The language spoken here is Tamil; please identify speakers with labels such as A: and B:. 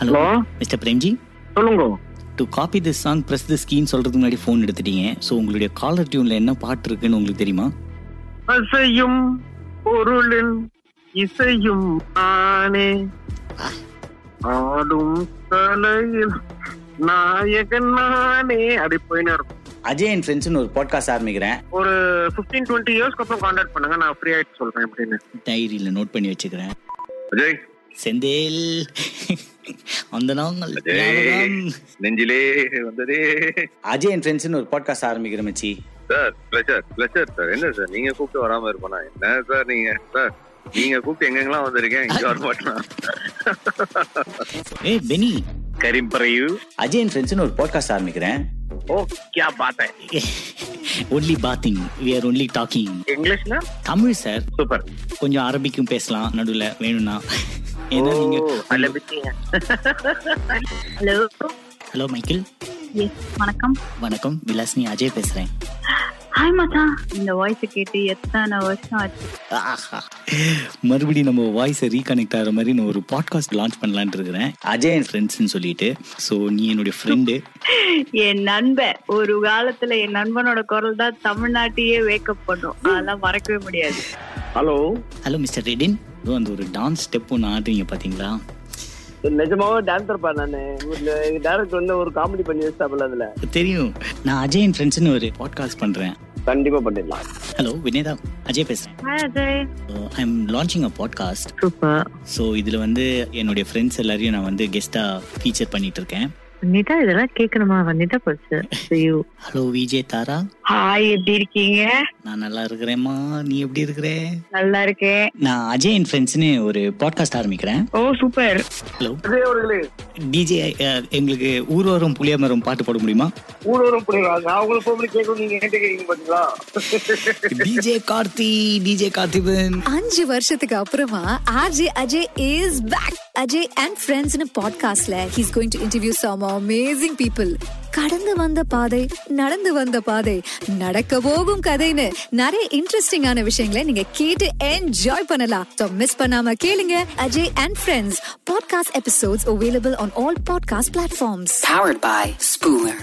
A: Hello
B: Hello?
A: மிஸ்டர் பிரேம்ஜி
B: சொல்லுங்க
A: to copy this song press this கீன்னு சொல்றதுக்கு முன்னாடி ஃபோன் எடுத்துட்டீங்க ஸோ உங்களுடைய காலர் டியூன்ல என்ன பாட்டு இருக்குன்னு உங்களுக்கு தெரியுமா
B: அசையும் பொருளின் இசையும் நானே ஆடும் தலையில் நாயகன் நானே அப்படி போயின்னு இருக்கும்
C: அஜய் அண்ட் ஃப்ரெண்ட்ஸ்னு ஒரு பாட்காஸ்ட் ஆரம்பிக்கிறேன்
B: ஒரு 15 டுவெண்ட்டி இயர்ஸ்க்கு அப்புறம் காண்டாக்ட் பண்ணுங்க நான் ஃப்ரீ ஆயிட்டு சொல்றேன் எப்படின்னு
A: டைரியில நோட் பண்ணி வச்சுக்கிறேன்
D: அஜய்
A: செந்தேல் அந்த நாங்கள்
D: அஜய்
A: ஞாபகம்.
D: நெஞ்சிலே வந்ததே
C: அஜய் அண்ட் ஃப்ரெண்ட்ஸ்னு ஒரு பாட்காஸ்ட் ஆரம்பிக்கிறேன் மச்சி
D: சார் பிளஷர் பிளஷர் சார் என்ன சார் நீங்க கூப்பிட்டு வராம இருப்பனா என்ன சார் நீங்க சார் நீங்க கூப்பிட்டு எங்கெங்கெல்லாம் வந்திருக்கேன் இங்க வர மாட்டேன்
A: ஏ பெனி
D: கரிம்பறையு
C: அஜய் அண்ட் ஃப்ரெண்ட்ஸ்னு ஒரு பாட்காஸ்ட் ஆரம்பிக்கிறேன்
B: ஓ கியா பார்த்தேன்
A: only bathing we are only talking
B: இங்கிலீஷ்ல
A: தமிழ் சார்
D: சூப்பர்
A: கொஞ்சம் அரபிக்கும் பேசலாம் நடுவுல வேணும்னா ஏன்னா நீங்க
E: ஹலோ
A: ஹலோ மைக்கேல்
E: எஸ் வணக்கம்
A: வணக்கம் விலாசினி அஜய் பேசுறேன்
E: ஹாய் மச்சான் இந்த வாய்ஸ் கேட்டு எத்தனை வருஷம் ஆச்சு
A: ஆஹா. மறுபடியும் நம்ம வாய்ஸை ரீகனெக்ட் ஆகிற மாதிரி நான் ஒரு பாட்காஸ்ட் லான்ச் பண்ணலான்னு இருக்கிறேன்
C: அஜய் and
A: ஃப்ரெண்ட்ஸ்னு சொல்லிட்டு ஸோ நீ என்னுடைய ஃப்ரெண்டு
E: என் நண்பன் ஒரு காலத்துல என் நண்பனோட குரல் தான் தமிழ்நாட்டையே வேக்கப் பண்ணும் அதெல்லாம் மறக்கவே முடியாது
B: ஹலோ
A: ஹலோ மிஸ்டர் ரெடின் இதோ அந்த ஒரு டான்ஸ் ஸ்டெப் ஒன்று ஆடுறீங்க பார்த்தீங்களா
B: நிஜமாவே டான்ஸர் பா நானு டேரக்டர் வந்து ஒரு காமெடி பண்ணி வச்சாப்ல அதுல
A: தெரியும் நான் அஜய் என் ஃப்ரெண்ட்ஸ்னு ஒரு பாட்காஸ்ட் பண்ணுறேன்
B: கண்டிப்பா பண்ணிடலாம்
A: ஹலோ வினேதா அஜய் பேசுகிறேன்
E: hi Ajay
A: I am launching a podcast
E: super
A: so இதில் வந்து என்னுடைய ஃப்ரெண்ட்ஸ் எல்லாரையும் நான் வந்து கெஸ்ட்டாக ஃபீச்சர் பண்ணிட்டு இருக்கேன்
E: நிதா இதெல்லாம் கேட்கணுமா நிதா போச்சு
A: ஹலோ விஜே தாரா
E: ஹாய் எப்படி இருக்கீங்க
A: நான் நல்லா இருக்கிறேம்மா நீ எப்படி இருக்கிறே
E: நல்லா இருக்கேன்
A: நான் அஜய் என் ஃப்ரெண்ட்ஸ்னு ஒரு பாட்காஸ்ட் ஆரம்பிக்கிறேன்
E: ஓ சூப்பர்
A: ஹலோ
B: அவர்களே
A: டிஜே எங்களுக்கு ஊர்வரும் புளியமரம் பாட்டு போட முடியுமா
B: ஊரோரம் போயிடுவாங்க அவங்களுக்கு போய் கேட்கணும் நீங்க கேட்டு கேட்கீங்க பாத்தீங்களா
A: டிஜே கார்த்தி டிஜே கார்த்திபன்
F: அஞ்சு வருஷத்துக்கு அப்புறமா RJ Ajay is back Ajay and ஃப்ரெண்ட்ஸ்னு பாட்காஸ்ட்ல he's going to interview some amazing people கடந்து வந்த பாதை நடந்து வந்த பாதை நடக்க போகும் கதைன்னு நிறைய இன்ட்ரெஸ்டிங்கான விஷயங்களை நீங்க கேட்டு என்ஜாய் பண்ணலாம் ஸோ மிஸ் பண்ணாம கேளுங்க Ajay and friends podcast episodes available on all podcast platforms
G: Powered by Spooler.